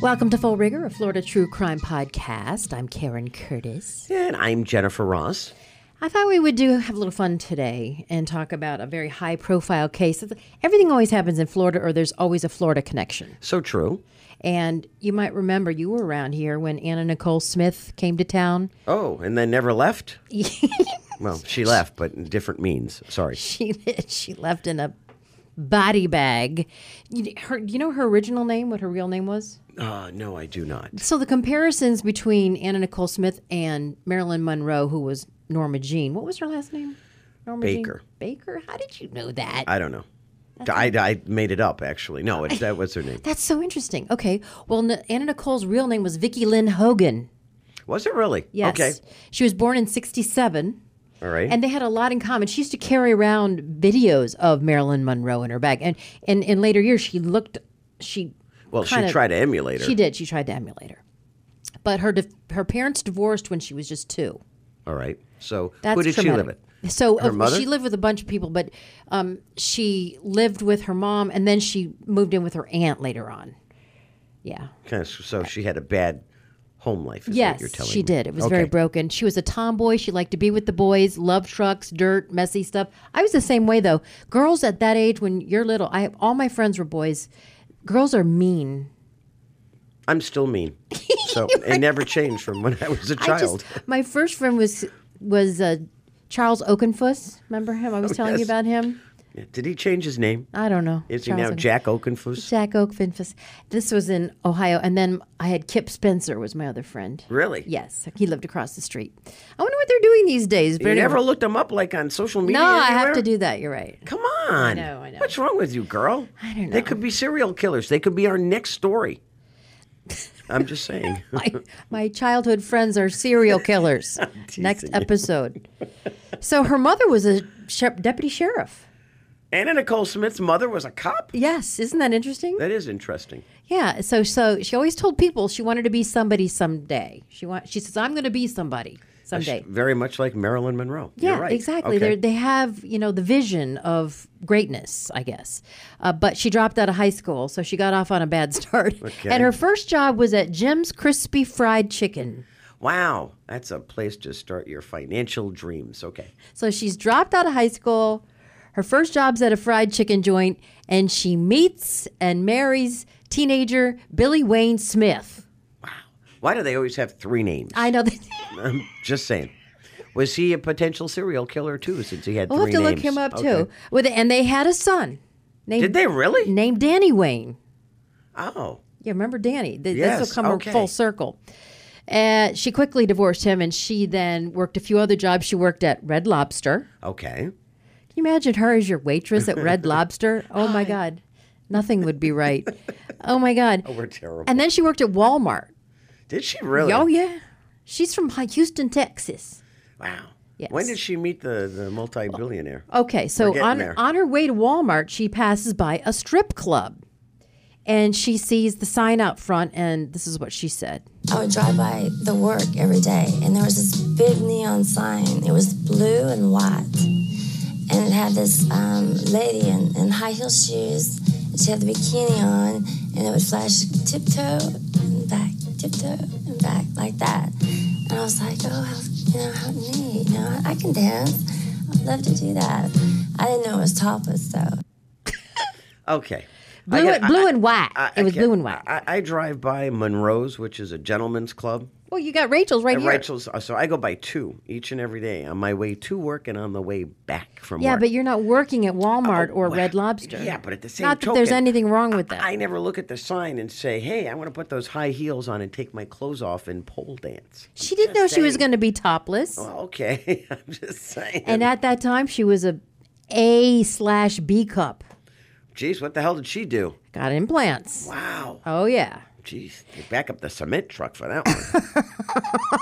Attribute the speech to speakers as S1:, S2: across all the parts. S1: Welcome to Full Rigor, a Florida true crime podcast. I'm Karen Curtis.
S2: And I'm Jennifer Ross.
S1: I thought we would do have a little fun today and talk about a very high profile case. Everything always happens in Florida, or there's always a Florida connection.
S2: So true.
S1: And you might remember you were around here when Anna Nicole Smith came to town.
S2: Oh, and then never left? well, she left, but in different means. Sorry.
S1: She she left in a body bag. You, her, you know her original name, what her real name was?
S2: Uh, no, I do not.
S1: So the comparisons between Anna Nicole Smith and Marilyn Monroe, who was Norma Jean, what was her last name? Norma
S2: Baker.
S1: Jean? Baker? How did you know that?
S2: I don't know. I, I made it up, actually. No, it's, that was her name.
S1: That's so interesting. Okay. Well, N- Anna Nicole's real name was Vicki Lynn Hogan.
S2: Was it really?
S1: Yes.
S2: Okay.
S1: She was born in 67.
S2: All right.
S1: And they had a lot in common. She used to carry around videos of Marilyn Monroe in her bag. And and in later years, she looked, she
S2: well, she
S1: kinda-
S2: tried to emulate her.
S1: She did. She tried to emulate her. But her di- her parents divorced when she was just two.
S2: All right. So
S1: That's
S2: who did she
S1: traumatic.
S2: live with?
S1: So
S2: Her
S1: uh,
S2: mother?
S1: she lived with a bunch of people, but um, she lived with her mom, and then she moved in with her aunt later on. Yeah.
S2: Kind of, so she had a bad home life, is what
S1: yes,
S2: you're telling
S1: she
S2: me.
S1: did. It was
S2: Okay.
S1: very broken. She was a tomboy. She liked to be with the boys, love trucks, dirt, messy stuff. I was the same way though. Girls at that age, when you're little, I all my friends were boys. Girls are mean.
S2: I'm still mean. So it never changed from when I was a
S1: I
S2: child.
S1: just my first friend was was uh, Charles Oakenfuss. Remember him? I was telling you
S2: Oh, yes.
S1: about him.
S2: Did he change his name?
S1: I don't know.
S2: Is he
S1: Charles
S2: now
S1: Oaken-
S2: Jack Oakenfuss?
S1: Jack Oakenfuss. This was in Ohio, and then I had Kip Spencer was my other friend.
S2: Really?
S1: Yes, he lived across the street. I wonder what they're doing these days. But
S2: You
S1: anyway.
S2: never looked him up like on social media?
S1: no, I
S2: anywhere?
S1: have to do that. You're right.
S2: Come on.
S1: know, I know.
S2: What's wrong with you, girl? I
S1: don't
S2: They
S1: know.
S2: could be serial killers. They could be our next story. I'm just saying.
S1: My, my childhood friends are serial killers. Next
S2: teasing you.
S1: episode. So her mother was a sher- deputy sheriff.
S2: Anna Nicole Smith's mother was a cop?
S1: Yes, isn't that interesting?
S2: That is interesting.
S1: Yeah, so so she always told people she wanted to be somebody someday. She want she says I'm going to be somebody someday.
S2: Very much like Marilyn Monroe.
S1: yeah,
S2: You're right.
S1: exactly.
S2: Okay.
S1: They're, they have you know the vision of greatness, I guess. Uh, but she dropped out of high school, so she got off on a bad start. And her first job was at Jim's Crispy Fried Chicken.
S2: Wow. That's a place to start your financial dreams. Okay.
S1: So she's dropped out of high school. Her first job's at a fried chicken joint, and she meets and marries teenager Billy Wayne Smith.
S2: Why do they always have three names?
S1: I know that.
S2: I'm just saying. Was he a potential serial killer too, since he had
S1: We'll have
S2: three
S1: to
S2: names?
S1: look him up
S2: Okay.
S1: too. Mm. With and they had a son named
S2: Did they really?
S1: named Danny Wayne.
S2: Oh.
S1: Yeah, remember Danny? Th- This
S2: Yes,
S1: will come
S2: okay.
S1: full circle. Uh, she quickly divorced him, and she then worked a few other jobs. She worked at Red Lobster.
S2: Okay.
S1: Can you imagine her as your waitress at Red Lobster? Oh my God, nothing would be right. Oh my God.
S2: We're terrible.
S1: And then she worked at Walmart.
S2: Did she really?
S1: Oh yeah, she's from Hi- Houston, Texas.
S2: Wow.
S1: Yes.
S2: When did she meet the, the multi billionaire?
S1: Okay, so
S2: getting
S1: on
S2: there.
S1: on her way to Walmart, she passes by a strip club, and she sees the sign out front, and this is what she said.
S3: I would drive by the work every day, and there was this big neon sign. It was blue and white, and it had this um, lady in, in high heel shoes. And she had the bikini on, and it would flash tiptoe and back, tiptoe and back, like that. And I was like, oh, how, you know, how neat. You know, I, I can dance. I'd love to do that. I didn't know it was topless, though.
S2: Okay. I
S1: Blue,
S2: get-
S1: and, blue and white.
S2: I- I-
S1: it
S2: I
S1: was
S2: can't-
S1: blue and white.
S2: I, I drive by Monroe's, which is a gentleman's club.
S1: well, you got Rachel's right
S2: And
S1: here.
S2: Rachel's, uh, so I go by two each and every day on my way to work and on the way back from
S1: yeah,
S2: work.
S1: but you're not working at Walmart or
S2: Oh, well,
S1: Red Lobster.
S2: yeah, but at the same
S1: not that there's
S2: token,
S1: anything wrong with that.
S2: I never look at the sign and say, hey, I want to put those high heels on and take my clothes off and pole dance.
S1: she didn't know she was
S2: saying.
S1: going to be topless,
S2: Well, okay. I'm just saying.
S1: and uh, at that time she was a A slash B cup.
S2: Jeez, what the hell did she do?
S1: Got implants.
S2: Wow.
S1: Oh yeah.
S2: Jeez, they back up the cement truck for that one.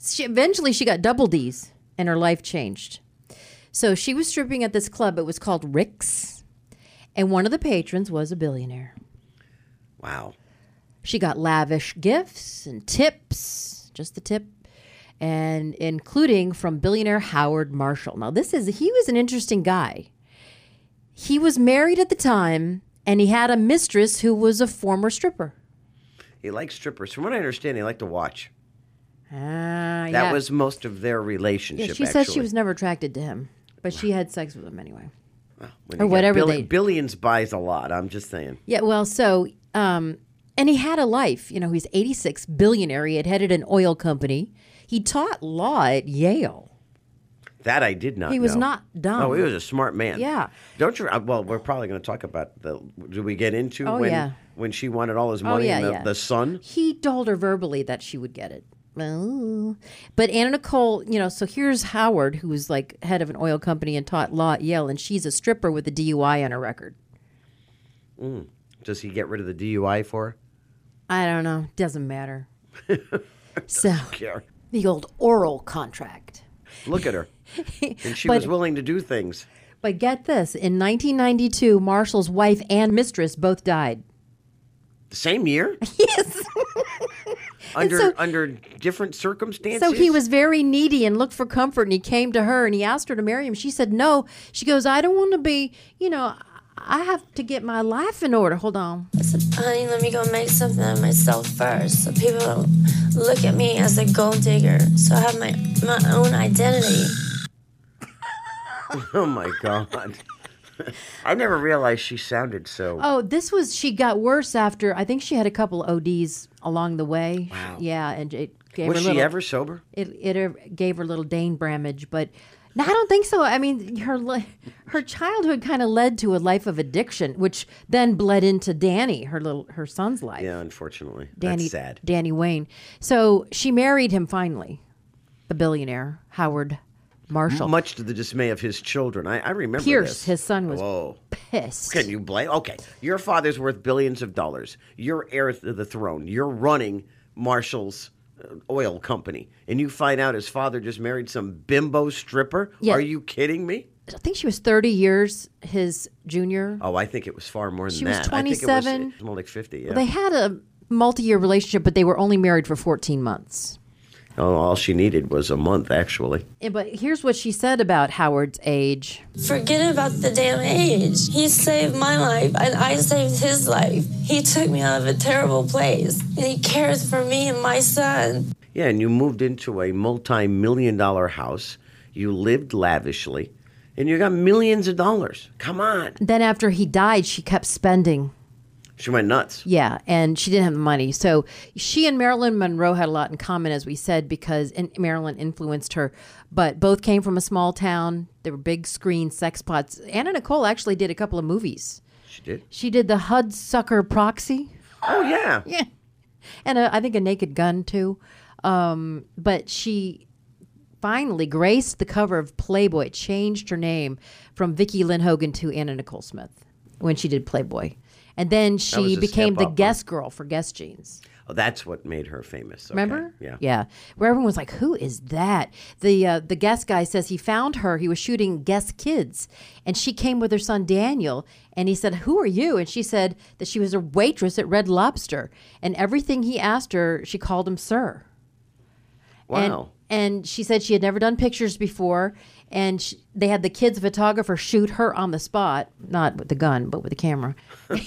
S1: she, eventually she got double D's and her life changed. So she was stripping at this club. It was called Rick's. And one of the patrons was a billionaire.
S2: wow.
S1: She got lavish gifts and tips, just the tip, and including from billionaire Howard Marshall. Now, this is, he was an interesting guy. He was married at the time and he had a mistress who was a former stripper.
S2: He liked strippers. From what I understand, he liked to watch.
S1: Ah,
S2: That
S1: yeah.
S2: was most of their
S1: Yeah,
S2: relationship.
S1: she
S2: actually.
S1: said she was never attracted to him, but she had sex with him anyway. or
S2: When you get
S1: whatever they-
S2: billions buys a lot. I'm just saying.
S1: Yeah, well, so um, and he had a life. You know, he's 86, billionaire. He had headed an oil company. He taught law at Yale.
S2: That I did not.
S1: He was
S2: know.
S1: not dumb.
S2: Oh, he was a smart man.
S1: Yeah.
S2: Don't you? uh, Well, we're probably going to talk about the. Do we get into
S1: Oh,
S2: when
S1: yeah.
S2: when she wanted all his money
S1: oh yeah,
S2: and the,
S1: yeah.
S2: the son?
S1: He told her verbally that she would get it. Oh. But Anna Nicole, you know, so here's Howard, who was like head of an oil company and taught law at Yale, and she's a stripper with a DUI on her record.
S2: Does he get rid of the DUI for? her?
S1: I don't know. Doesn't matter. so
S2: Care.
S1: the old oral contract.
S2: Look at her. And she
S1: But-
S2: was willing to do things.
S1: But get this in 1992, Marshall's wife and mistress both died.
S2: The same year? Yes. under under different circumstances.
S1: So he was very needy and looked for comfort, and he came to her and he asked her to marry him. She said no. She goes, I don't want to be, you know, I have to get my life in order. Hold on.
S3: I said, honey, let me go make something of myself first so people don't look at me as a gold digger. So I have my, my own identity.
S2: Oh my god. I never realized she sounded so.
S1: Oh, this was she got worse after. I think she had a couple ODs along the way. Wow. Yeah, and it gave
S2: was
S1: her
S2: she
S1: little,
S2: ever sober?
S1: It it er- gave her little Dane Bramage, but no, I don't think so. I mean, her li- her childhood kind of led to a life of addiction, which then bled into Danny, her little her son's life.
S2: Yeah, unfortunately.
S1: Danny
S2: That's sad.
S1: Danny Wayne. So she married him finally, the billionaire Howard Marshall.
S2: Much to the dismay of his children. I, I remember
S1: Pierce,
S2: this.
S1: his son, was
S2: Whoa.
S1: pissed.
S2: Can you blame? Okay, your father's worth billions of dollars. You're heir to the throne. You're running Marshall's uh, oil company, and you find out his father just married some bimbo stripper.
S1: Yeah.
S2: Are you kidding me?
S1: I think she was thirty years his junior.
S2: Oh, I think it was far more than
S1: She was
S2: that. I think it
S1: 27.
S2: was more like fifty. Yeah.
S1: They had a multi-year relationship, but they were only married for 14 months.
S2: oh, all she needed was a month, actually.
S1: Yeah, But here's what she said about Howard's age.
S3: Forget about the damn age. He saved my life and I saved his life. He took me out of a terrible place and he cares for me and my son.
S2: Yeah, and you moved into a multi-million dollar house. You lived lavishly, and you got millions of dollars. Come on,
S1: Then after he died, she kept spending.
S2: she went nuts.
S1: Yeah, and she didn't have the money. So she and Marilyn Monroe had a lot in common, as we said, because in- Marilyn influenced her. But both came from a small town. They were big screen sex pots. Anna Nicole actually did a couple of movies.
S2: She did.
S1: She did the Hudsucker Proxy.
S2: Oh yeah.
S1: Yeah. And a, I think a naked gun too. Um, but she finally graced the cover of Playboy, changed her name from Vicki Lynn Hogan to Anna Nicole Smith when she did Playboy. And then
S2: was
S1: she
S2: a
S1: became
S2: step
S1: the
S2: up, huh?
S1: guest girl for Guest Jeans.
S2: Oh, that's what made her famous. Okay,
S1: Remember?
S2: Yeah.
S1: Yeah. Where everyone was like, "Who is that?" The uh, the guest guy says he found her. He was shooting Guest Kids, and she came with her son Daniel. And he said, "Who are you?" And she said that she was a waitress at Red Lobster. And everything he asked her, she called him sir. And-
S2: Wow.
S1: And, she said she had never done pictures before, and sh they had the kids photographer shoot her on the spot, not with the gun, but with the camera.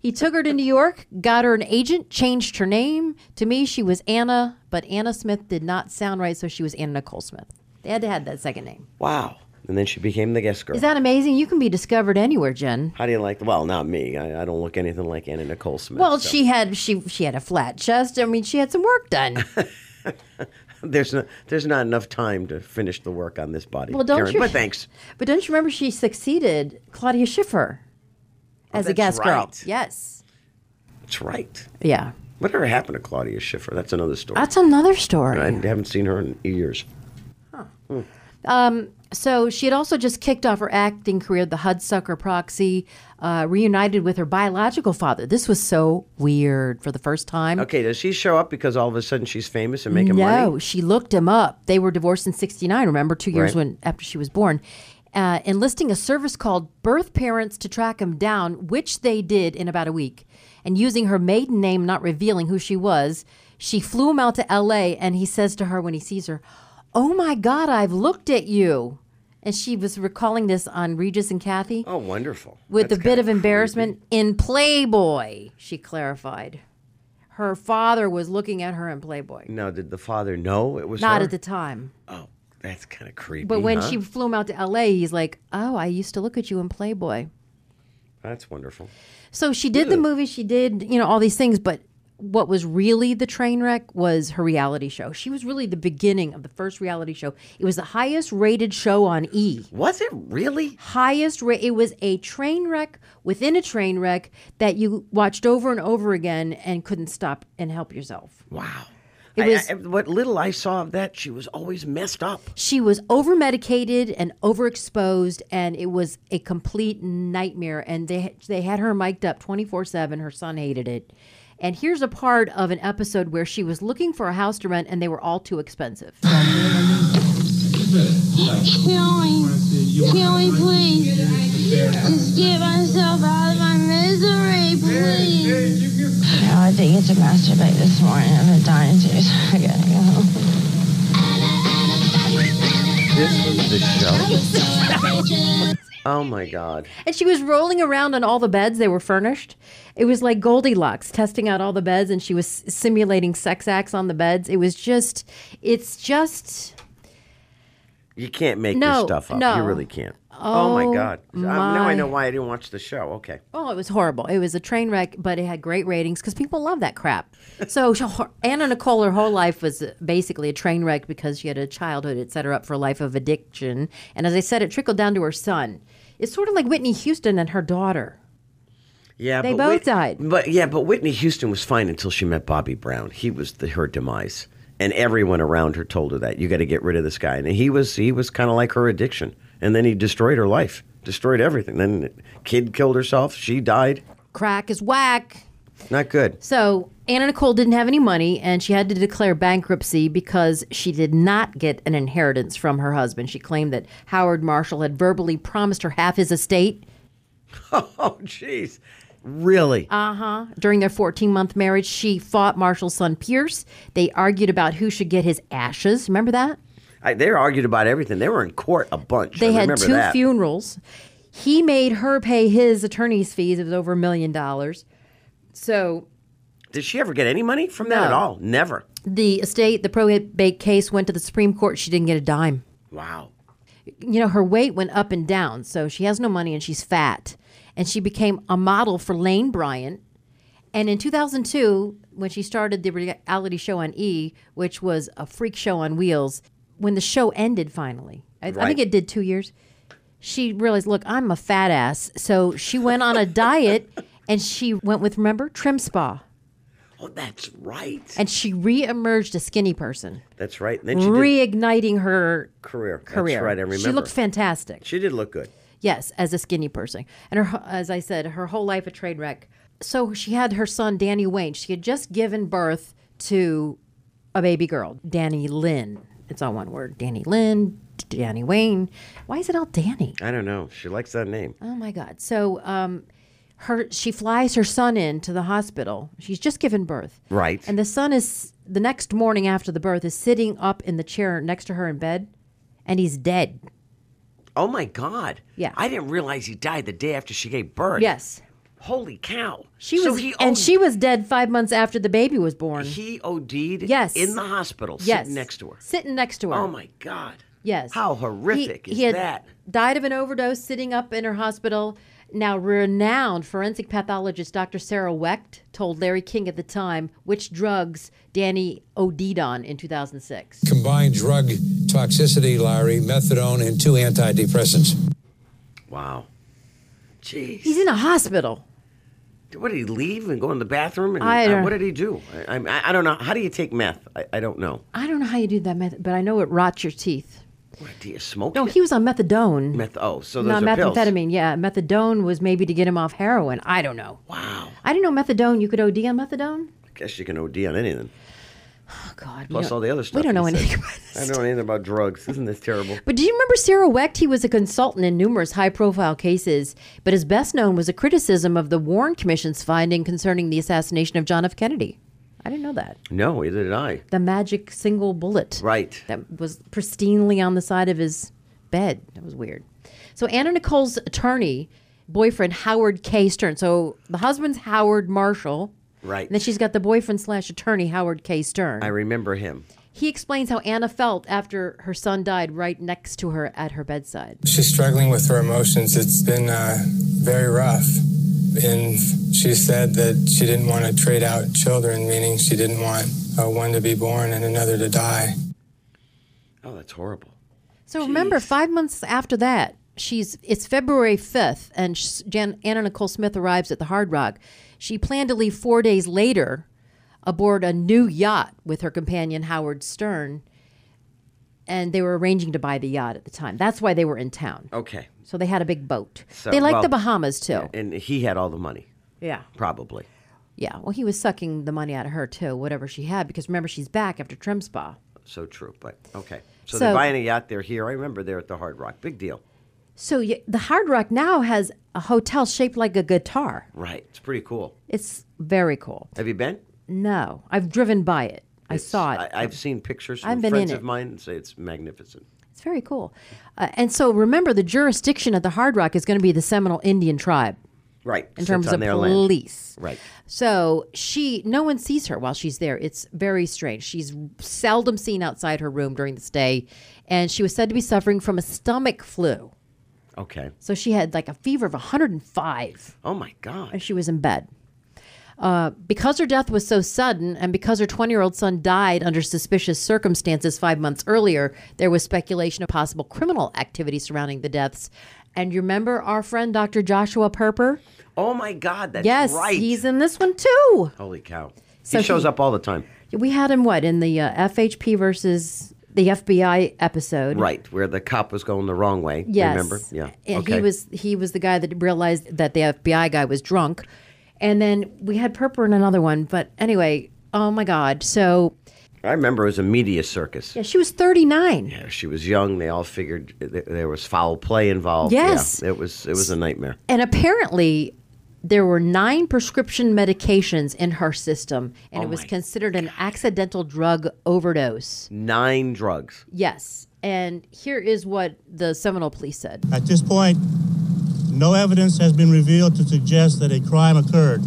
S1: he took her to New York, got her an agent, changed her name. To me, she was Anna, but Anna Smith did not sound right, so she was Anna Nicole Smith. They had to have that second name.
S2: wow. And then she became the guest girl.
S1: Is that amazing? You can be discovered anywhere, Jen.
S2: How do you like? Well, not me. I, I don't look anything like Anna Nicole Smith.
S1: Well,
S2: so-
S1: she had she she had a flat chest. I mean, she had some work done.
S2: there's not there's not enough time to finish the work on this body.
S1: Well, don't
S2: Karen,
S1: you-
S2: But thanks.
S1: But don't you remember she succeeded Claudia Schiffer as a
S2: that's
S1: guest girl?
S2: right.
S1: Yes.
S2: That's right.
S1: Yeah.
S2: Whatever happened to Claudia Schiffer? That's another story.
S1: That's another story.
S2: I haven't seen her in years.
S1: So she had also just kicked off her acting career, the Hudsucker Proxy, uh, reunited with her biological father. This was so weird for the first time.
S2: Okay, does she show up because all of a sudden she's famous and making
S1: No,
S2: money?
S1: she looked him up. They were divorced in '69. Remember, two years
S2: Right.
S1: when after she was born, uh, enlisting a service called Birth Parents to track him down, which they did in about a week, and using her maiden name, not revealing who she was. She flew him out to L.A. and he says to her when he sees her, "Oh my God, I've looked at you," and she was recalling this on Regis and Kathy
S2: Oh, wonderful.
S1: with
S2: That's
S1: a bit
S2: kinda
S1: of embarrassment in Playboy. She clarified. her father was looking at her in Playboy.
S2: Now, did the father know it was
S1: Not
S2: her?
S1: at the time.
S2: Oh, that's kind of creepy.
S1: But when
S2: huh?
S1: she flew him out to LA, he's like, "Oh, I used to look at you in Playboy."
S2: That's wonderful.
S1: So she did the movie, she did, you know, all these things, but what was really the train wreck was her reality show. She was really the beginning of the first reality show. It was the highest rated show on E.
S2: Was it really?
S1: Highest rate. It was a train wreck within a train wreck that you watched over and over again and couldn't stop and help yourself.
S2: Wow.
S1: It
S2: I-
S1: was-
S2: I- what little I saw of that, she was always messed up.
S1: She was over medicated and overexposed, and it was a complete nightmare. And they they had her mic'd up twenty four seven. Her son hated it. And here's a part of an episode where she was looking for a house to rent, and they were all too expensive.
S4: Kill me. Kill me, please. Just get myself out of my misery, please.
S3: No, I did get to masturbate this morning. I've been dying to, so I gotta go home.
S2: This was the show. Oh my God.
S1: And she was rolling around on all the beds they were furnished. It was like Goldilocks testing out all the beds, and she was simulating sex acts on the beds. It was just, it's just.
S2: You can't make
S1: No,
S2: this stuff up. You
S1: no.
S2: really can't. Oh, my
S1: Oh,
S2: God. Um, now I
S1: my.
S2: know why I didn't watch the show. Okay.
S1: Oh, it was horrible. It was a train wreck, but it had great ratings because people love that crap. So she- her- Anna Nicole, her whole life was uh, basically a train wreck because she had a childhood, et cetera, up for a life of addiction. And as I said, it trickled down to her son. It's sort of like Whitney Houston and her daughter.
S2: Yeah,
S1: They
S2: but
S1: both
S2: Whit-
S1: died.
S2: But yeah, but Whitney Houston was fine until she met Bobby Brown. He was the, her demise, and everyone around her told her that you got to get rid of this guy. And he was he was kind of like her addiction, and then he destroyed her life, destroyed everything. Then the kid killed herself. She died.
S1: Crack is whack.
S2: Not good.
S1: So Anna Nicole didn't have any money, and she had to declare bankruptcy because she did not get an inheritance from her husband. She claimed that Howard Marshall had verbally promised her half his estate.
S2: Oh, jeez, really?
S1: Uh, During their 14 month marriage, she fought Marshall's son Pierce. They argued about who should get his ashes. Remember that?
S2: I, they argued about everything. They were in court a bunch.
S1: They
S2: I
S1: had
S2: remember
S1: two
S2: that.
S1: funerals. He made her pay his attorney's fees. It was over a million dollars. So
S2: Did she ever get any money from that
S1: No.
S2: at all? Never.
S1: the estate, the probate case went to the Supreme Court. She didn't get a dime.
S2: Wow.
S1: you know, her weight went up and down. So she has no money and she's fat. And she became a model for Lane Bryant. And in 2002, when she started the reality show on E, which was a freak show on wheels, when the show ended finally, I, I
S2: Right.
S1: think it did two years, she realized, look, I'm a fat ass. So she went on a diet and she went with, remember, Trim Spa.
S2: Oh, that's right.
S1: And she reemerged a skinny person,
S2: That's right. And then she did
S1: reigniting her
S2: career.
S1: career.
S2: That's right. I remember.
S1: She looked fantastic.
S2: She did look good.
S1: Yes, as a skinny person. And her, as I said, her whole life a train wreck. So she had her son, Danny Wayne. She had just given birth to a baby girl, Danny Lynn. It's all one word Danny Lynn, Danny Wayne. Why is it all Danny?
S2: I don't know. She likes that name.
S1: Oh my God. So um, her, she flies her son in to the hospital. She's just given birth.
S2: Right.
S1: And the son is, the next morning after the birth, is sitting up in the chair next to her in bed, and he's dead.
S2: oh my God.
S1: Yeah.
S2: I didn't realize he died the day after she gave birth.
S1: Yes.
S2: Holy cow.
S1: She
S2: So
S1: was,
S2: he
S1: and
S2: OD
S1: she was dead five months after the baby was born.
S2: He OD'd.
S1: Yes.
S2: In the hospital.
S1: yes,
S2: Sitting next to her.
S1: sitting next to her.
S2: Oh my God.
S1: Yes,
S2: How horrific
S1: he,
S2: is
S1: he had
S2: that?
S1: Died of an overdose sitting up in her hospital. Now, renowned forensic pathologist Dr. Sarah Wecht told Larry King at the time which drugs Danny OD'd on in 2006.
S5: combined drug toxicity, Larry, methadone, and two antidepressants.
S2: Wow. Jeez.
S1: He's in a hospital.
S2: What did he leave and go in the bathroom? And,
S1: I
S2: uh,
S1: don't-
S2: what did he do? I, I, I don't know. How do you take meth? I, I don't know.
S1: I don't know how you do that method, but I know it rots your teeth.
S2: What, do you smoke?
S1: No,
S2: it?
S1: he was on methadone.
S2: Meth. Oh, so those
S1: not
S2: are pills.
S1: methamphetamine. Yeah, methadone was maybe to get him off heroin. I don't know.
S2: Wow.
S1: I didn't know methadone. You could OD on methadone.
S2: I guess you can OD on anything.
S1: Oh God. we
S2: Plus
S1: don't-
S2: all the other stuff.
S1: We don't
S2: he
S1: know
S2: said.
S1: anything about this.
S2: I don't know anything about drugs. Isn't this terrible?
S1: But do you remember Sarah Wecht? He was a consultant in numerous high profile cases, but his best known was a criticism of the Warren Commission's finding concerning the assassination of John F. Kennedy. I didn't know that.
S2: No, either did I.
S1: The magic single bullet.
S2: Right.
S1: That was pristinely on the side of his bed. That was weird. So Anna Nicole's attorney, boyfriend Howard K. Stern. So the husband's Howard Marshall.
S2: Right.
S1: And then she's got the boyfriend slash attorney Howard K. Stern.
S2: I remember him.
S1: he explains how Anna felt after her son died right next to her at her bedside.
S6: She's struggling with her emotions. It's been uh, very rough. And she said that she didn't want to trade out children, meaning she didn't want uh, one to be born and another to die.
S2: Oh, that's horrible.
S1: So remember, five months after that, she's it's February fifth, and sh Jan, Anna Nicole Smith arrives at the Hard Rock. She planned to leave four days later, aboard a new yacht with her companion Howard Stern, and they were arranging to buy the yacht at the time. That's why they were in town.
S2: Okay.
S1: So they had a big boat.
S2: So,
S1: they like
S2: well-
S1: the Bahamas too.
S2: And he had all the money,
S1: Yeah.
S2: probably.
S1: Yeah. Well, he was sucking the money out of her too, whatever she had, because remember she's back after Trim Spa.
S2: So true, but okay. So,
S1: So-
S2: they're buying a yacht. They're here. I remember they're at the Hard Rock. Big deal.
S1: So y the Hard Rock now has a hotel shaped like a guitar.
S2: Right. It's pretty cool.
S1: It's very cool.
S2: Have you been?
S1: No, I've driven by it. I saw it.
S2: I, have seen pictures
S1: I've
S2: from
S1: been
S2: friends
S1: in
S2: of
S1: it.
S2: mine and say it's magnificent.
S1: it's very cool. Uh, and so remember, the jurisdiction at the Hard Rock is going to be the Seminole Indian tribe
S2: Right.
S1: in
S2: sits
S1: terms
S2: on
S1: of
S2: their land.
S1: police.
S2: Right.
S1: So she, no one sees her while she's there. It's very strange. She's seldom seen outside her room during the stay, and she was said to be suffering from a stomach flu.
S2: Okay.
S1: So she had like a fever of 105.
S2: Oh my
S1: and
S2: God.
S1: she was in bed. Uh, because her death was so sudden, and because her 20 year old son died under suspicious circumstances five months earlier, there was speculation of possible criminal activity surrounding the deaths. And you remember our friend Dr. Joshua Perper?
S2: Oh my God. That's
S1: Yes,
S2: right.
S1: he's in this one too.
S2: Holy cow.
S1: So
S2: he shows
S1: he-
S2: up all the time.
S1: We had him what in the uh, FHP versus the FBI episode,
S2: Right. Where the cop was going the wrong way.
S1: Yes.
S2: Remember? Yeah.
S1: And
S2: okay.
S1: he was he was the guy that realized that the FBI guy was drunk. And then we had Perper in another one, but anyway, oh my god. So
S2: I remember it was a media circus.
S1: yeah, she was 39.
S2: Yeah, She was young. They all figured th- there was foul play involved.
S1: Yes.
S2: Yeah, it was it was a nightmare.
S1: And apparently there were nine prescription medications in her system and it was
S2: Oh my
S1: considered an accidental drug overdose.
S2: Nine drugs.
S1: Yes. And here is what the Seminole police said.
S7: At this point, no evidence has been revealed to suggest that a crime occurred.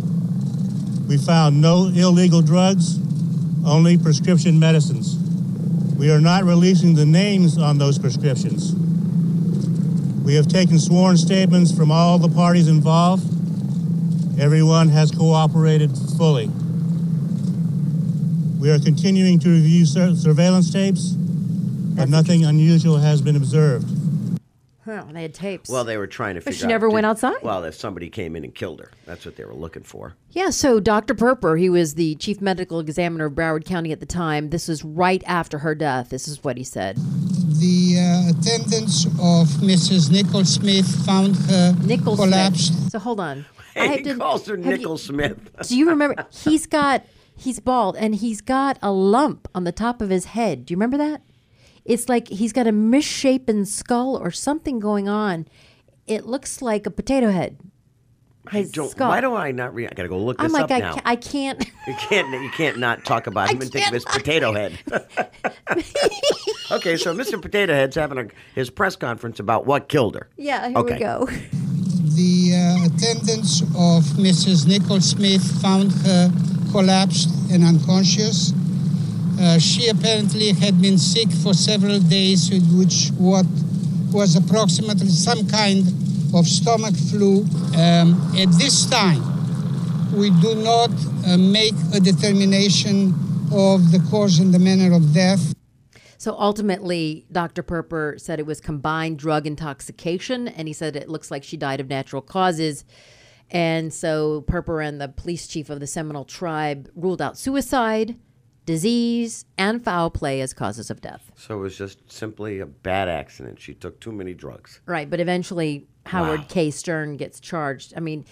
S7: We found no illegal drugs, only prescription medicines. We are not releasing the names on those prescriptions. We have taken sworn statements from all the parties involved. Everyone has cooperated fully. We are continuing to review sur- surveillance tapes, but nothing unusual has been observed.
S1: Huh, they had tapes.
S2: Well, they were trying to figure
S1: she
S2: out
S1: never
S2: did-
S1: went outside?
S2: Well, if somebody came in and killed her, that's what they were looking for.
S1: Yeah, so Dr. Perper, he was the chief medical examiner of Broward County at the time. This was right after her death. This is what he said.
S8: The uh, attendants of Mrs. Nicole Smith found her
S1: Nichols
S8: collapsed.
S1: Smith. So hold on.
S2: Hey, he
S1: didn't-
S2: calls her
S1: have you-
S2: Nickel Smith.
S1: do you remember? He's got he's bald and he's got a lump on the top of his head. Do you remember that? It's like he's got a misshapen skull or something going on. It looks like a potato head.
S2: I
S1: His
S2: don't,
S1: skull.
S2: why do I not read? I gotta go look this
S1: I'm like
S2: up
S1: I,
S2: now.
S1: ca- I can't.
S2: you can't you can't not talk about him and think of his potato head. okay, so Mr. Potato Head's having a, his press conference about what killed her.
S1: yeah, here
S2: Okay.
S1: we go.
S8: The uh, attendants of Mrs. Nicole Smith found her collapsed and unconscious. Uh, she apparently had been sick for several days, with which what was approximately some kind of stomach flu. Um, at this time, we do not uh, make a determination of the cause and the manner of death.
S1: So ultimately, Dr. Perper said it was combined drug intoxication, and he said it looks like she died of natural causes. And so Perper and the police chief of the Seminole tribe ruled out suicide, disease, and foul play as causes of death.
S2: So it was just simply a bad accident. She took too many drugs.
S1: Right, but eventually Howard K. Stern gets charged. I mean,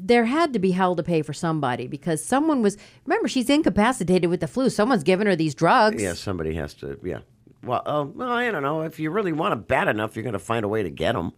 S1: there had to be hell to pay for somebody because someone was. Remember, she's incapacitated with the flu. Someone's giving her these drugs.
S2: Yeah, somebody has to. Yeah. Well, uh, well, I don't know. If you really want them bad enough, you're gonna find a way to get them,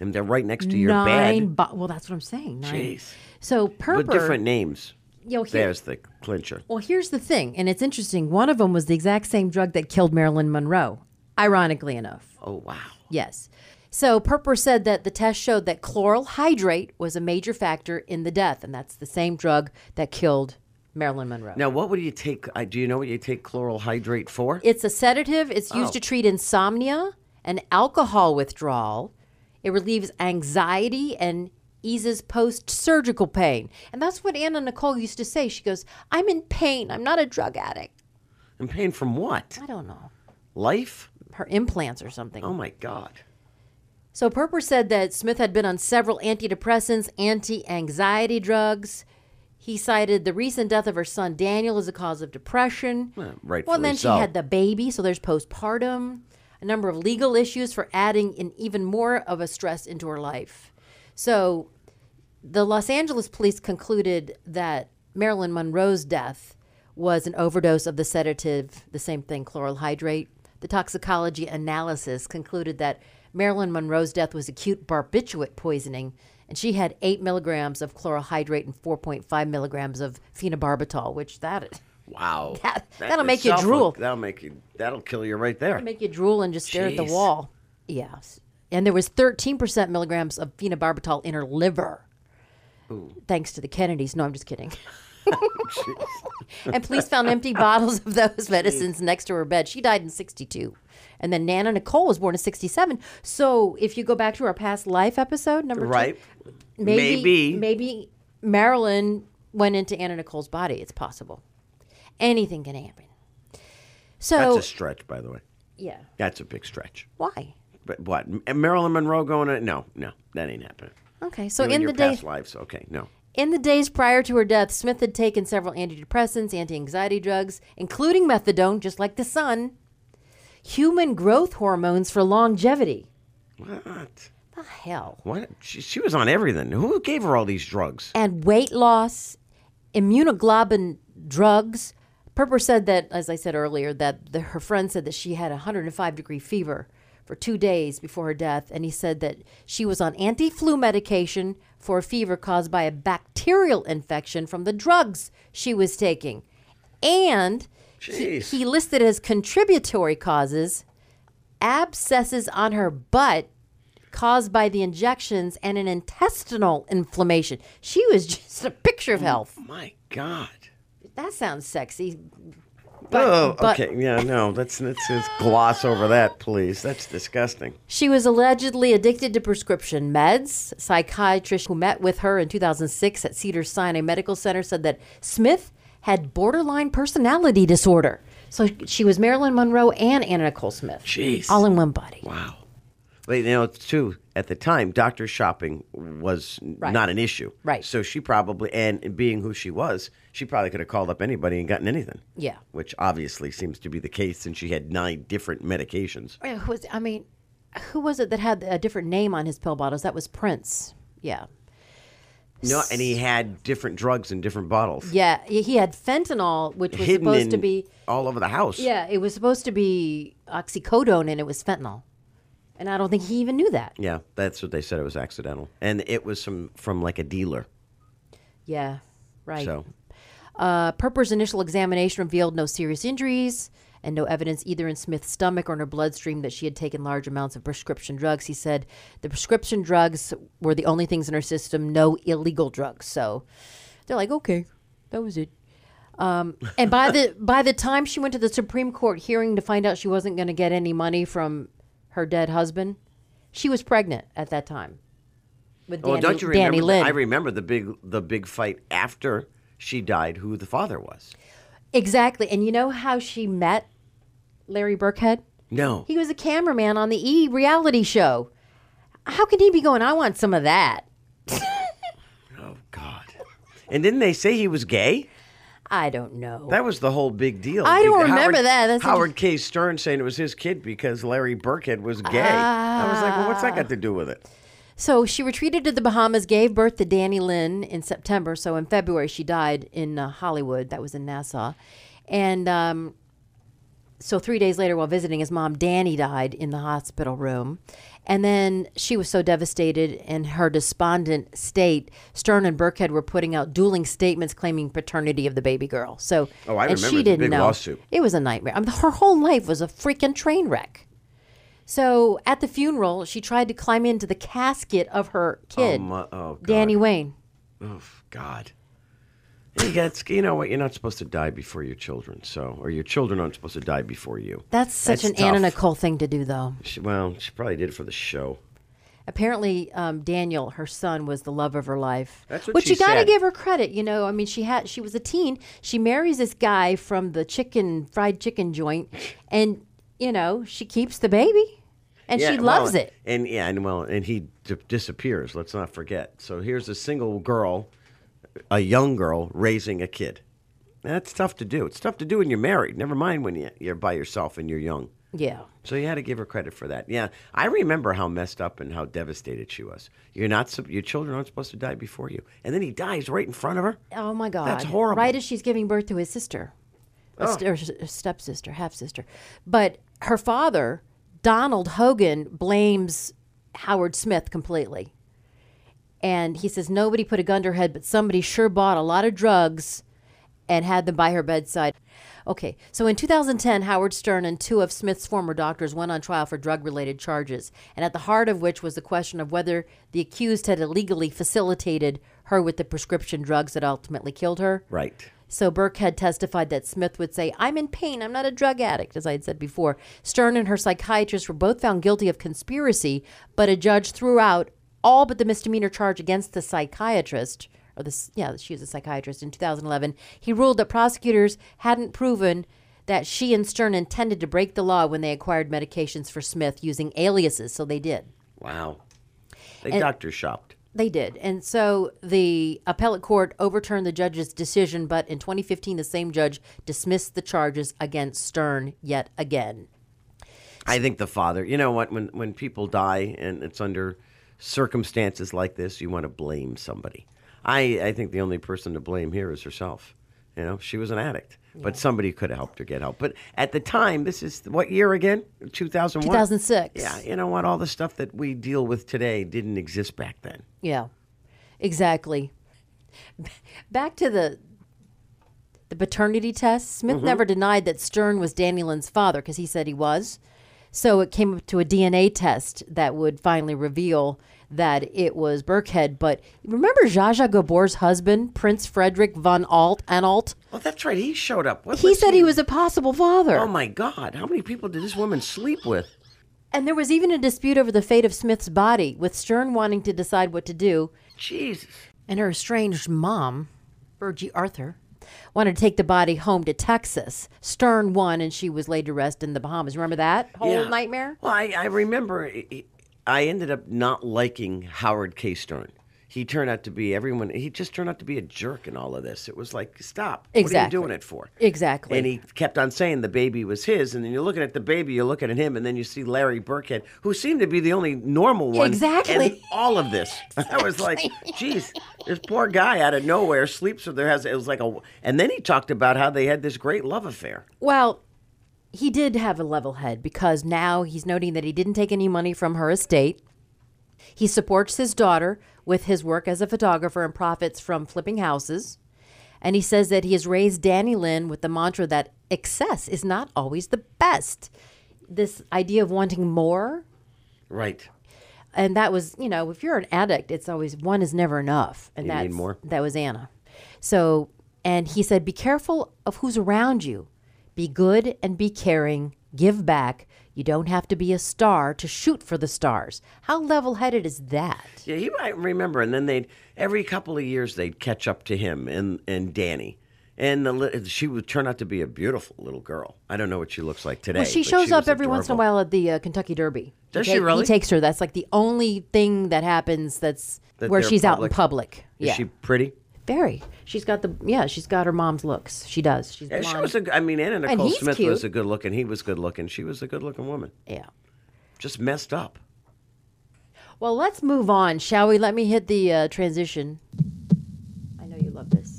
S2: and they're right next to your
S1: nine.
S2: bed.
S1: Bo- well, that's what I'm saying. Nine.
S2: Jeez.
S1: So Perper.
S2: With different names.
S1: Yo, here-
S2: There's the clincher.
S1: Well, here's the thing, and it's interesting. One of them was the exact same drug that killed Marilyn Monroe, ironically enough.
S2: Oh wow.
S1: Yes. So Perper said that the test showed that chloral hydrate was a major factor in the death, and that's the same drug that killed Marilyn Monroe.
S2: Now, what would you take? I do you know what you take chloral hydrate for?
S1: It's a sedative. It's used
S2: Oh.
S1: to treat insomnia and alcohol withdrawal. It relieves anxiety and eases post surgical pain. And that's what Anna Nicole used to say. She goes, I'm in pain. I'm not a drug addict.
S2: and pain from what?
S1: I don't know.
S2: Life?
S1: Her implants or something.
S2: Oh my God.
S1: So Perper said that Smith had been on several antidepressants, anti-anxiety drugs. He cited the recent death of her son Daniel as a cause of depression.
S2: Well, rightfully
S1: Well, then she
S2: so.
S1: had the baby, so there's postpartum, a number of legal issues for adding in even more of a stress into her life. So the Los Angeles police concluded that Marilyn Monroe's death was an overdose of the sedative, the same thing, chloral hydrate. The toxicology analysis concluded that Marilyn Monroe's death was acute barbiturate poisoning, and she had eight milligrams of chloral hydrate and 4.5 milligrams of phenobarbital, which that
S2: Wow.
S1: That- that'll make you
S2: itself will-
S1: drool.
S2: that'll make you. That'll kill you right there.
S1: make you drool and just stare at
S2: Jeez.
S1: the wall. Yes. And there was 13% milligrams of phenobarbital in her liver. Thanks to the Kennedys. No, I'm just kidding. and police found empty bottles of those medicines next to her bed. She died in 62. And then Nana Nicole was born in 67. So if you go back to our past life episode, number
S2: right.
S1: two, maybe,
S2: Maybe.
S1: maybe Marilyn went into Anna Nicole's body. It's possible. Anything can happen. So,
S2: That's a stretch, by the way.
S1: yeah.
S2: That's a big stretch.
S1: Why?
S2: But what? And Marilyn Monroe going to? No, no, that ain't happening.
S1: Okay, so
S2: You and
S1: in
S2: your
S1: the day,
S2: past lives, okay, no.
S1: in the days prior to her death, Smith had taken several antidepressants, anti-anxiety drugs, including methadone, just like the sun, human growth hormones for longevity.
S2: What?
S1: The hell.
S2: What? She, she was on everything. Who gave her all these drugs?
S1: And weight loss, immunoglobulin drugs. Perper said that, as I said earlier, that the, her friend said that she had a 105 degree fever for two days before her death, and he said that she was on anti-flu medication for a fever caused by a bacterial infection from the drugs she was taking, and he,
S2: Jeez.
S1: he listed as contributory causes abscesses on her butt caused by the injections and an intestinal inflammation. She was just a picture
S2: Mm.
S1: of health.
S2: My God.
S1: That sounds sexy.
S2: oh,
S1: but-
S2: okay. Yeah, no. Let's, let's, let's gloss over that, please. That's disgusting.
S1: She was allegedly addicted to prescription meds. Psychiatrist who met with her in 2006 at Cedars Sinai Medical Center said that Smith had borderline personality disorder. So she was Marilyn Monroe and Anna Nicole Smith.
S2: Jeez.
S1: All in one body.
S2: Wow. But you know, it's too, at the time, doctor shopping was n-
S1: Right.
S2: not an issue.
S1: Right.
S2: So she probably, and being who she was, she probably could have called up anybody and gotten anything.
S1: Yeah.
S2: Which obviously seems to be the case since she had nine different medications.
S1: Yeah, who was I mean, who was it that had a different name on his pill bottles? That was Prince. Yeah.
S2: No, and he had different drugs in different bottles.
S1: Yeah, he he had fentanyl, which was
S2: Hidden
S1: supposed to
S2: in-
S1: be
S2: all over the house.
S1: yeah, it was supposed to be oxycodone, and it was fentanyl, and I don't think he even knew that.
S2: Yeah, that's what they said. It was accidental, and it was some from like a dealer.
S1: Yeah, right.
S2: So
S1: Uh, Perper's initial examination revealed no serious injuries and no evidence either in Smith's stomach or in her bloodstream that she had taken large amounts of prescription drugs. He said the prescription drugs were the only things in her system, no illegal drugs. So they're like, okay, that was it. Um, and by the by the time she went to the Supreme Court hearing to find out she wasn't going to get any money from her dead husband, she was pregnant at that time with Danny,
S2: well, Oh, don't you
S1: Danny
S2: remember? the-
S1: Lynn.
S2: I remember the big the big fight after she died. Who the father was?
S1: Exactly. And you know how she met Larry Burkhead?
S2: No,
S1: He was a cameraman on the E reality show. How can he be going, I want some of that?
S2: oh God. And didn't they say he was gay?
S1: I don't know.
S2: That was the whole big deal.
S1: I don't
S2: Howard-
S1: remember that. That's
S2: Howard K. Stern saying it was his kid because Larry Burkhead was gay. I was like, well, what's that got to do with it?
S1: so she retreated to the Bahamas, gave birth to Danny Lynn in September. So in February, she died in uh, Hollywood. That was in Nassau. And um, so three days later, while visiting his mom, Danny died in the hospital room. And then she was so devastated in her despondent state. Stern and Burkhead were putting out dueling statements claiming paternity of the baby girl. So,
S2: Oh, I
S1: and
S2: remember
S1: she
S2: the
S1: didn't
S2: big
S1: know.
S2: lawsuit.
S1: It was a nightmare. I mean, her whole life was a freaking train wreck. So at the funeral, she tried to climb into the casket of her Ah, kid,
S2: my- oh, God.
S1: Danny Wayne.
S2: Oh God. He gets, you know what? You're not supposed to die before your children, so or your children aren't supposed to die before you.
S1: That's such
S2: That's
S1: an Anna
S2: tough.
S1: Nicole thing to do, though.
S2: She, well, she probably did it for the show.
S1: Apparently, um, Daniel, her son, was the love of her life.
S2: That's what
S1: Which
S2: she
S1: you gotta
S2: said.
S1: give her credit. You know, I mean, she had she was a teen. She marries this guy from the chicken fried chicken joint, and you know she keeps the baby, and she
S2: Yeah,
S1: loves
S2: well,
S1: it.
S2: And yeah, and well, and he d- disappears. Let's not forget. So here's a single girl, a young girl raising a kid. That's tough to do. It's tough to do when you're married. Never mind when you- you're by yourself and you're young.
S1: Yeah.
S2: So you had to give her credit for that. Yeah, I remember how messed up and how devastated she was. You're not sup- your children aren't supposed to die before you, and then he dies right in front of her.
S1: Oh my God.
S2: That's horrible. Oh.
S1: Right as she's giving birth to his sister, a st- or s- a stepsister, half sister. But her father, Donald Hogan, blames Howard Smith completely. And he says, nobody put a gun to her head, but somebody sure bought a lot of drugs and had them by her bedside. Okay, so in 2010, Howard Stern and two of Smith's former doctors went on trial for drug related charges, and at the heart of which was the question of whether the accused had illegally facilitated her with the prescription drugs that ultimately killed her.
S2: Right.
S1: So Burke had testified that Smith would say, I'm in pain, I'm not a drug addict, as I had said before. Stern and her psychiatrist were both found guilty of conspiracy, but a judge threw out all but the misdemeanor charge against the psychiatrist, or this, yeah, she was a psychiatrist in 2011. He ruled that prosecutors hadn't proven that she and Stern intended to break the law when they acquired medications for Smith using aliases, so they did.
S2: Wow. They doctor shopped.
S1: They did. And so the appellate court overturned the judge's decision, but in 2015, the same judge dismissed the charges against Stern yet again.
S2: I think the father. You know what? When when people die and it's under circumstances like this, you want to blame somebody. I I think the only person to blame here is herself. You know, she was an addict, but somebody could have helped her get help. But at the time, this is what year again? Two thousand one.
S1: 2006.
S2: Yeah, you know what? All the stuff that we deal with today didn't exist back then.
S1: Yeah, exactly. Back to the the paternity test. Smith
S2: Mm-hmm.
S1: never denied that Stern was Danielin's father because he said he was. So it came up to a DNA test that would finally reveal that it was Burkhead. But remember Zsa Zsa Gabor's husband, Prince Frederick von Alt Anhalt?
S2: Oh, that's right. He showed up. What
S1: He said he was a possible father.
S2: Oh my God! How many people did this woman sleep with?
S1: and there was even a dispute over the fate of Smith's body, with Stern wanting to decide what to do.
S2: Jesus.
S1: and her estranged mom, Virgie Arthur, wanted to take the body home to Texas. Stern won, and she was laid to rest in the Bahamas. Remember that whole
S2: Yeah.
S1: nightmare?
S2: Well, I, I remember i- i- I ended up not liking Howard K. Stern. He turned out to be everyone. He just turned out to be a jerk in all of this. It was like, stop. What are you
S1: Exactly.
S2: doing it for?
S1: Exactly.
S2: And he kept on saying the baby was his, and then you're looking at the baby, you're looking at him, and then you see Larry Burkhead, who seemed to be the only normal one. In
S1: Exactly.
S2: all of this, I was like, "Geez, this poor guy out of nowhere sleeps with their has." It was like a, and then he talked about how they had this great love affair.
S1: Well, he did have a level head because now he's noting that he didn't take any money from her estate. He supports his daughter with his work as a photographer and profits from flipping houses. And he says that he has raised Danny Lynn with the mantra that excess is not always the best. This idea of wanting more
S2: Right.
S1: and that was you know if you're an addict it's always one is never enough and
S2: You need
S1: that's
S2: more.
S1: that was anna so and he said be careful of who's around you be good and be caring give back you don't have to be a star to shoot for the stars how level-headed is that
S2: Yeah, he might remember. And then they'd every couple of years they'd catch up to him and and Danny. And the, li- she would turn out to be a beautiful little girl. I don't know what she looks like today.
S1: well, she
S2: but
S1: shows up
S2: was
S1: every once in a
S2: adorable.
S1: while at the uh, Kentucky Derby.
S2: Does
S1: He
S2: she
S1: ta-
S2: really?
S1: He takes her. That's like the only thing that happens. That's
S2: That
S1: where
S2: they're
S1: she's out in
S2: public?
S1: public.
S2: Is
S1: yeah,
S2: she pretty?
S1: very. She's got the yeah. She's got her mom's looks. She does. She's
S2: Yeah,
S1: blonde.
S2: she was a, g- I mean, Anna Nicole
S1: he's
S2: Smith
S1: cute.
S2: was a good looking. He was good looking. She was a good looking woman.
S1: yeah.
S2: Just messed up.
S1: Well, let's move on, shall we? Let me hit the uh, transition. I know you love this.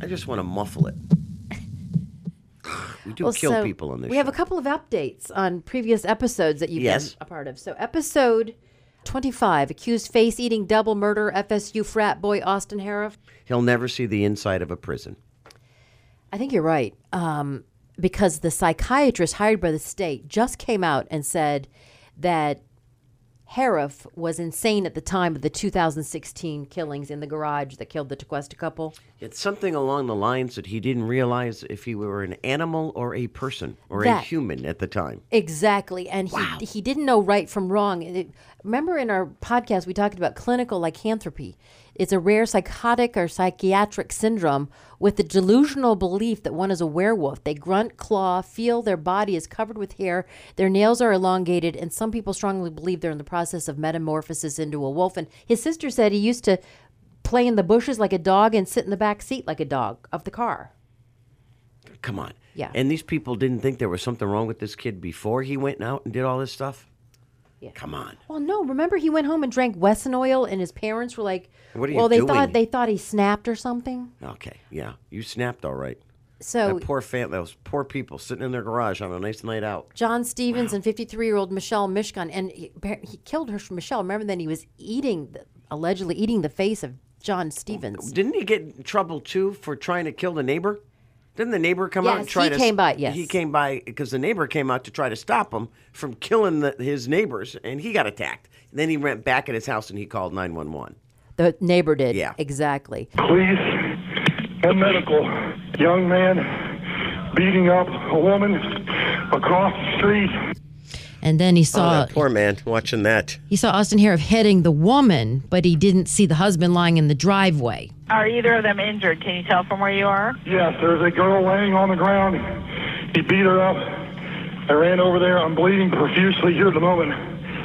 S2: I just want to muffle it. we do
S1: Well,
S2: kill
S1: so
S2: people on this.
S1: We have
S2: show.
S1: a couple of updates on previous episodes that you've
S2: Yes.
S1: been a part of. So, episode 25, accused face eating double murder FSU frat boy Austin Harif.
S2: He'll never see the inside of a prison.
S1: I think you're right. Um, because the psychiatrist hired by the state just came out and said that Harif was insane at the time of the 2016 killings in the garage that killed the Tequesta couple.
S2: It's something along the lines that he didn't realize if he were an animal or a person or a
S1: That-
S2: human at the time.
S1: Exactly. And he, he didn't know right from wrong. It- remember in our podcast, we talked about clinical lycanthropy. It's a rare psychotic or psychiatric syndrome with the delusional belief that one is a werewolf. They grunt, claw, feel their body is covered with hair, their nails are elongated, and some people strongly believe they're in the process of metamorphosis into a wolf. And his sister said he used to play in the bushes like a dog and sit in the back seat like a dog of the car.
S2: Come on.
S1: Yeah.
S2: And these people didn't think there was something wrong with this kid before he went out and did all this stuff?
S1: Yeah.
S2: Come on.
S1: Well, no. Remember, he went home and drank Wesson oil, and his parents were like,
S2: What are you
S1: "Well, they
S2: doing?
S1: thought they thought he snapped or something."
S2: Okay. Yeah. You snapped all right.
S1: So
S2: that poor fam- those poor people sitting in their garage on a nice night out.
S1: John Stevens and 53-year-old Michelle Mishkan, and he, par- he killed her. Michelle, remember? Then he was eating, the, allegedly eating the face of John Stevens.
S2: Didn't he get in trouble too for trying to kill the neighbor? Didn't the neighbor come out
S1: Yes,
S2: and try
S1: he
S2: to?
S1: came by, yes.
S2: he came by because the neighbor came out to try to stop him from killing the, his neighbors, and he got attacked. then he went back at his house and he called nine one one.
S1: The neighbor did.
S2: Yeah.
S1: exactly.
S9: Please, a medical young man beating up a woman across the street.
S1: And then he saw
S2: Oh, poor man watching that.
S1: he saw Austin Hare heading the woman, but he didn't see the husband lying in the driveway.
S10: Are either of them injured? Can you tell from where you are?
S9: Yes, there's a girl laying on the ground. He beat her up. I ran over there. I'm bleeding profusely here at the moment.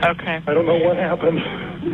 S10: Okay.
S9: I don't know what happened.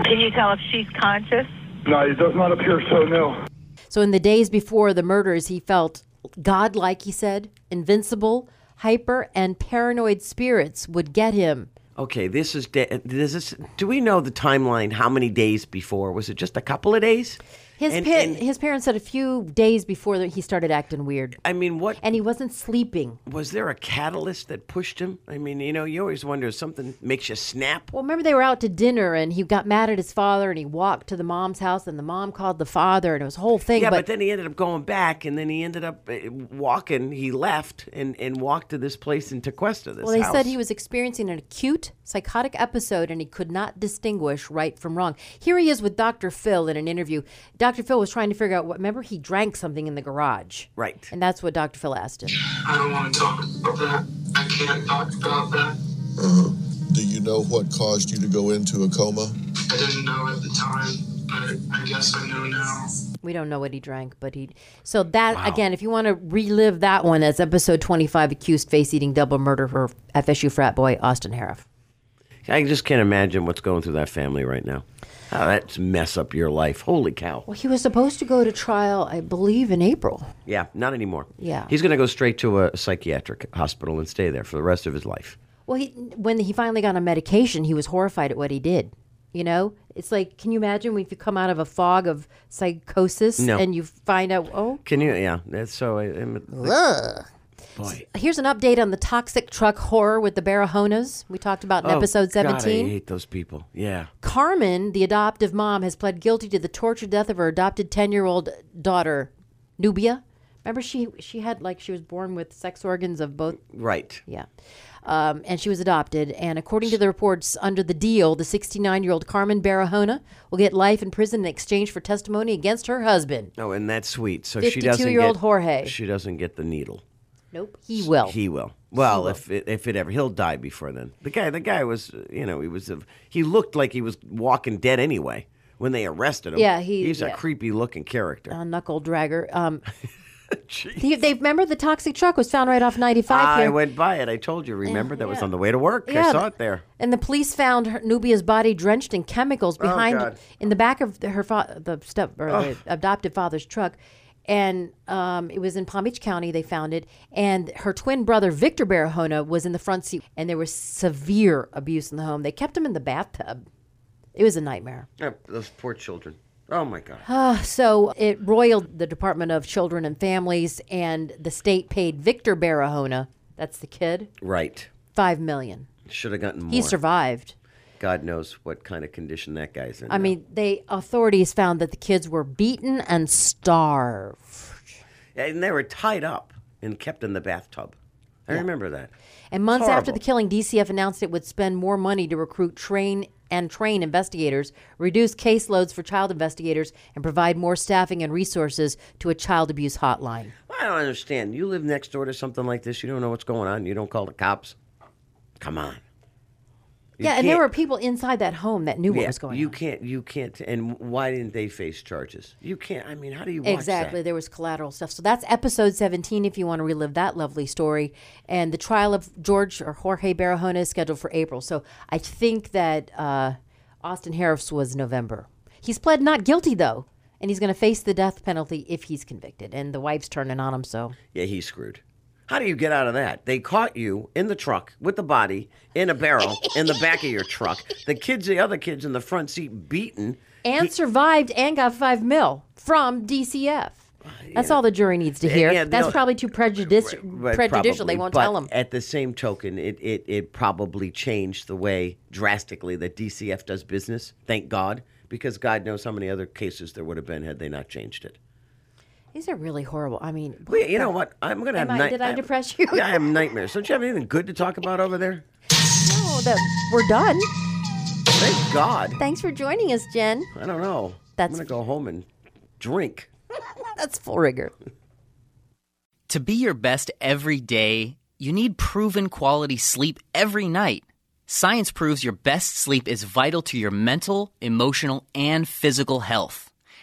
S10: Can you tell if she's conscious?
S9: No, it does not appear so, no.
S1: So in the days before the murders, he felt godlike, he said, invincible, hyper, and paranoid spirits would get him.
S2: Okay, this is da- does this? Do we know the timeline? How many days before? Was it just a couple of days?
S1: His,
S2: And-
S1: pa-
S2: and-
S1: his parents said a few days before that he started acting weird.
S2: I mean, what
S1: And he wasn't sleeping.
S2: was there a catalyst that pushed him? I mean, you know, you always wonder if something makes you snap.
S1: Well, remember they were out to dinner and he got mad at his father and he walked to the mom's house and the mom called the father and it was a whole thing.
S2: Yeah, but, then he ended up going back, and then he ended up uh, walking. He left and, and walked to this place in Tequesta. This
S1: Well, they
S2: house.
S1: said he was experiencing an acute psychotic episode and he could not distinguish right from wrong. Here he is with Dr. Phil in an interview. Dr. Phil was trying to figure out what, remember, he drank something in the garage.
S2: Right.
S1: And that's what Dr. Phil asked him.
S9: I don't want to talk about that. I can't talk about that.
S11: Do you know what caused you to go into a coma?
S9: I didn't know at the time, but I guess I know now.
S1: We don't know what he drank, but he. So that, again, if you want to relive that one, that's episode 25 accused face eating double murder for FSU frat boy Austin Harif.
S2: I just can't imagine what's going through that family right now. Oh, that's mess up your life. Holy cow.
S1: Well, he was supposed to go to trial, I believe, in April.
S2: Yeah, not anymore.
S1: Yeah.
S2: He's going to go straight to a psychiatric hospital and stay there for the rest of his life.
S1: Well, he, when he finally got on medication, he was horrified at what he did. You know, it's like, can you imagine if you come out of a fog of psychosis
S2: No.
S1: and you find out, oh,
S2: Can you? Yeah. That's so. I, I'm- boy.
S1: here's an update on the toxic truck horror with the Barahonas we talked about in
S2: Oh,
S1: episode
S2: God,
S1: 17.
S2: I hate those people. Yeah.
S1: Carmen, the adoptive mom, has pled guilty to the torture death of her adopted 10 year old daughter, Nubia. Remember, she, she had, like, she was born with sex organs of both
S2: Right.
S1: yeah. Um, and she was adopted. And according to the reports under the deal, the 69 year old Carmen Barahona will get life in prison in exchange for testimony against her husband.
S2: Oh, and that's sweet. So she doesn't.
S1: 52-year-old
S2: get-
S1: Jorge.
S2: She doesn't get the needle.
S1: Nope. He will.
S2: He will. Well, if it, if it ever, he'll die before then. The guy, the guy was, uh, you know, he was, a, he looked like he was walking dead anyway when they arrested him.
S1: Yeah, he-
S2: he's
S1: yeah. Uh,
S2: a creepy looking character.
S1: a knuckle dragger. Um, they, they remember the toxic truck was found right off 95
S2: I
S1: here.
S2: went by it. I told you. Remember that was
S1: yeah.
S2: on the way to work. I
S1: Yeah,
S2: saw
S1: the-
S2: it there. Oh,
S1: And the police found her, Nubia's body drenched in chemicals behind,
S2: God.
S1: in the back of the, her fa- the step or the adopted father's truck, and um, it was in Palm Beach County. They found it, and her twin brother Victor Barahona was in the front seat, and there was severe abuse in the home. They kept him in the bathtub. It was a nightmare.
S2: Oh, those poor children. Oh my God.
S1: So it roiled the Department of Children and Families, and the state paid Victor Barahona, that's the kid,
S2: Right.
S1: five million.
S2: Should have gotten more.
S1: He survived.
S2: God knows what kind of condition that guy's in.
S1: I mean, they authorities found that the kids were beaten and starved.
S2: and they were tied up and kept in the bathtub. I remember that.
S1: And months after
S2: Horrible.
S1: the killing, DCF announced it would spend more money to recruit, train, and train investigators, reduce caseloads for child investigators, and provide more staffing and resources to a child abuse hotline.
S2: I don't understand. You live next door to something like this. You don't know what's going on. You don't call the cops. Come on. You
S1: yeah, and there
S2: can't-
S1: were people inside that home that knew what
S2: Yeah,
S1: was going
S2: you
S1: on.
S2: can't. You can't. And why didn't they face charges? You can't. I mean, how do you watch
S1: exactly.
S2: That?
S1: There was collateral stuff. So that's episode 17 if you want to relive that lovely story. And the trial of George or Jorge Barahona is scheduled for April. So I think that uh, Austin Harris was November. He's pled not guilty, though, and he's going to face the death penalty if he's convicted. And the wife's turning on him, so.
S2: Yeah, he's screwed. How do you get out of that? They caught you in the truck with the body in a barrel in the back of your truck. The kids, the other kids in the front seat, beaten.
S1: And survived and got five mil from DCF. That's all the jury needs to
S2: Ah, Yeah,
S1: hear.
S2: yeah,
S1: That's
S2: no,
S1: probably too prejudici-
S2: Right,
S1: prejudicial.
S2: probably,
S1: They won't
S2: but
S1: tell him.
S2: At the same token, it, it, it probably changed the way drastically that DCF does business. Thank God, because God knows how many other cases there would have been had they not changed it.
S1: These are really horrible. I mean,
S2: Well, you know what? I'm going to have
S1: Am I-
S2: night-
S1: did I
S2: I'm-
S1: depress you?
S2: Yeah, I have nightmares. Don't you have anything good to talk about over there?
S1: no, that we're done.
S2: Thank God.
S1: Thanks for joining us, Jen.
S2: I don't know.
S1: That's-
S2: I'm going to go home and drink.
S1: That's full rigor.
S12: To be your best every day, you need proven quality sleep every night. Science proves your best sleep is vital to your mental, emotional, and physical health.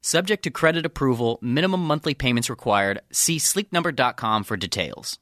S12: Subject to credit approval, minimum monthly payments required. See sleepnumber.com for details.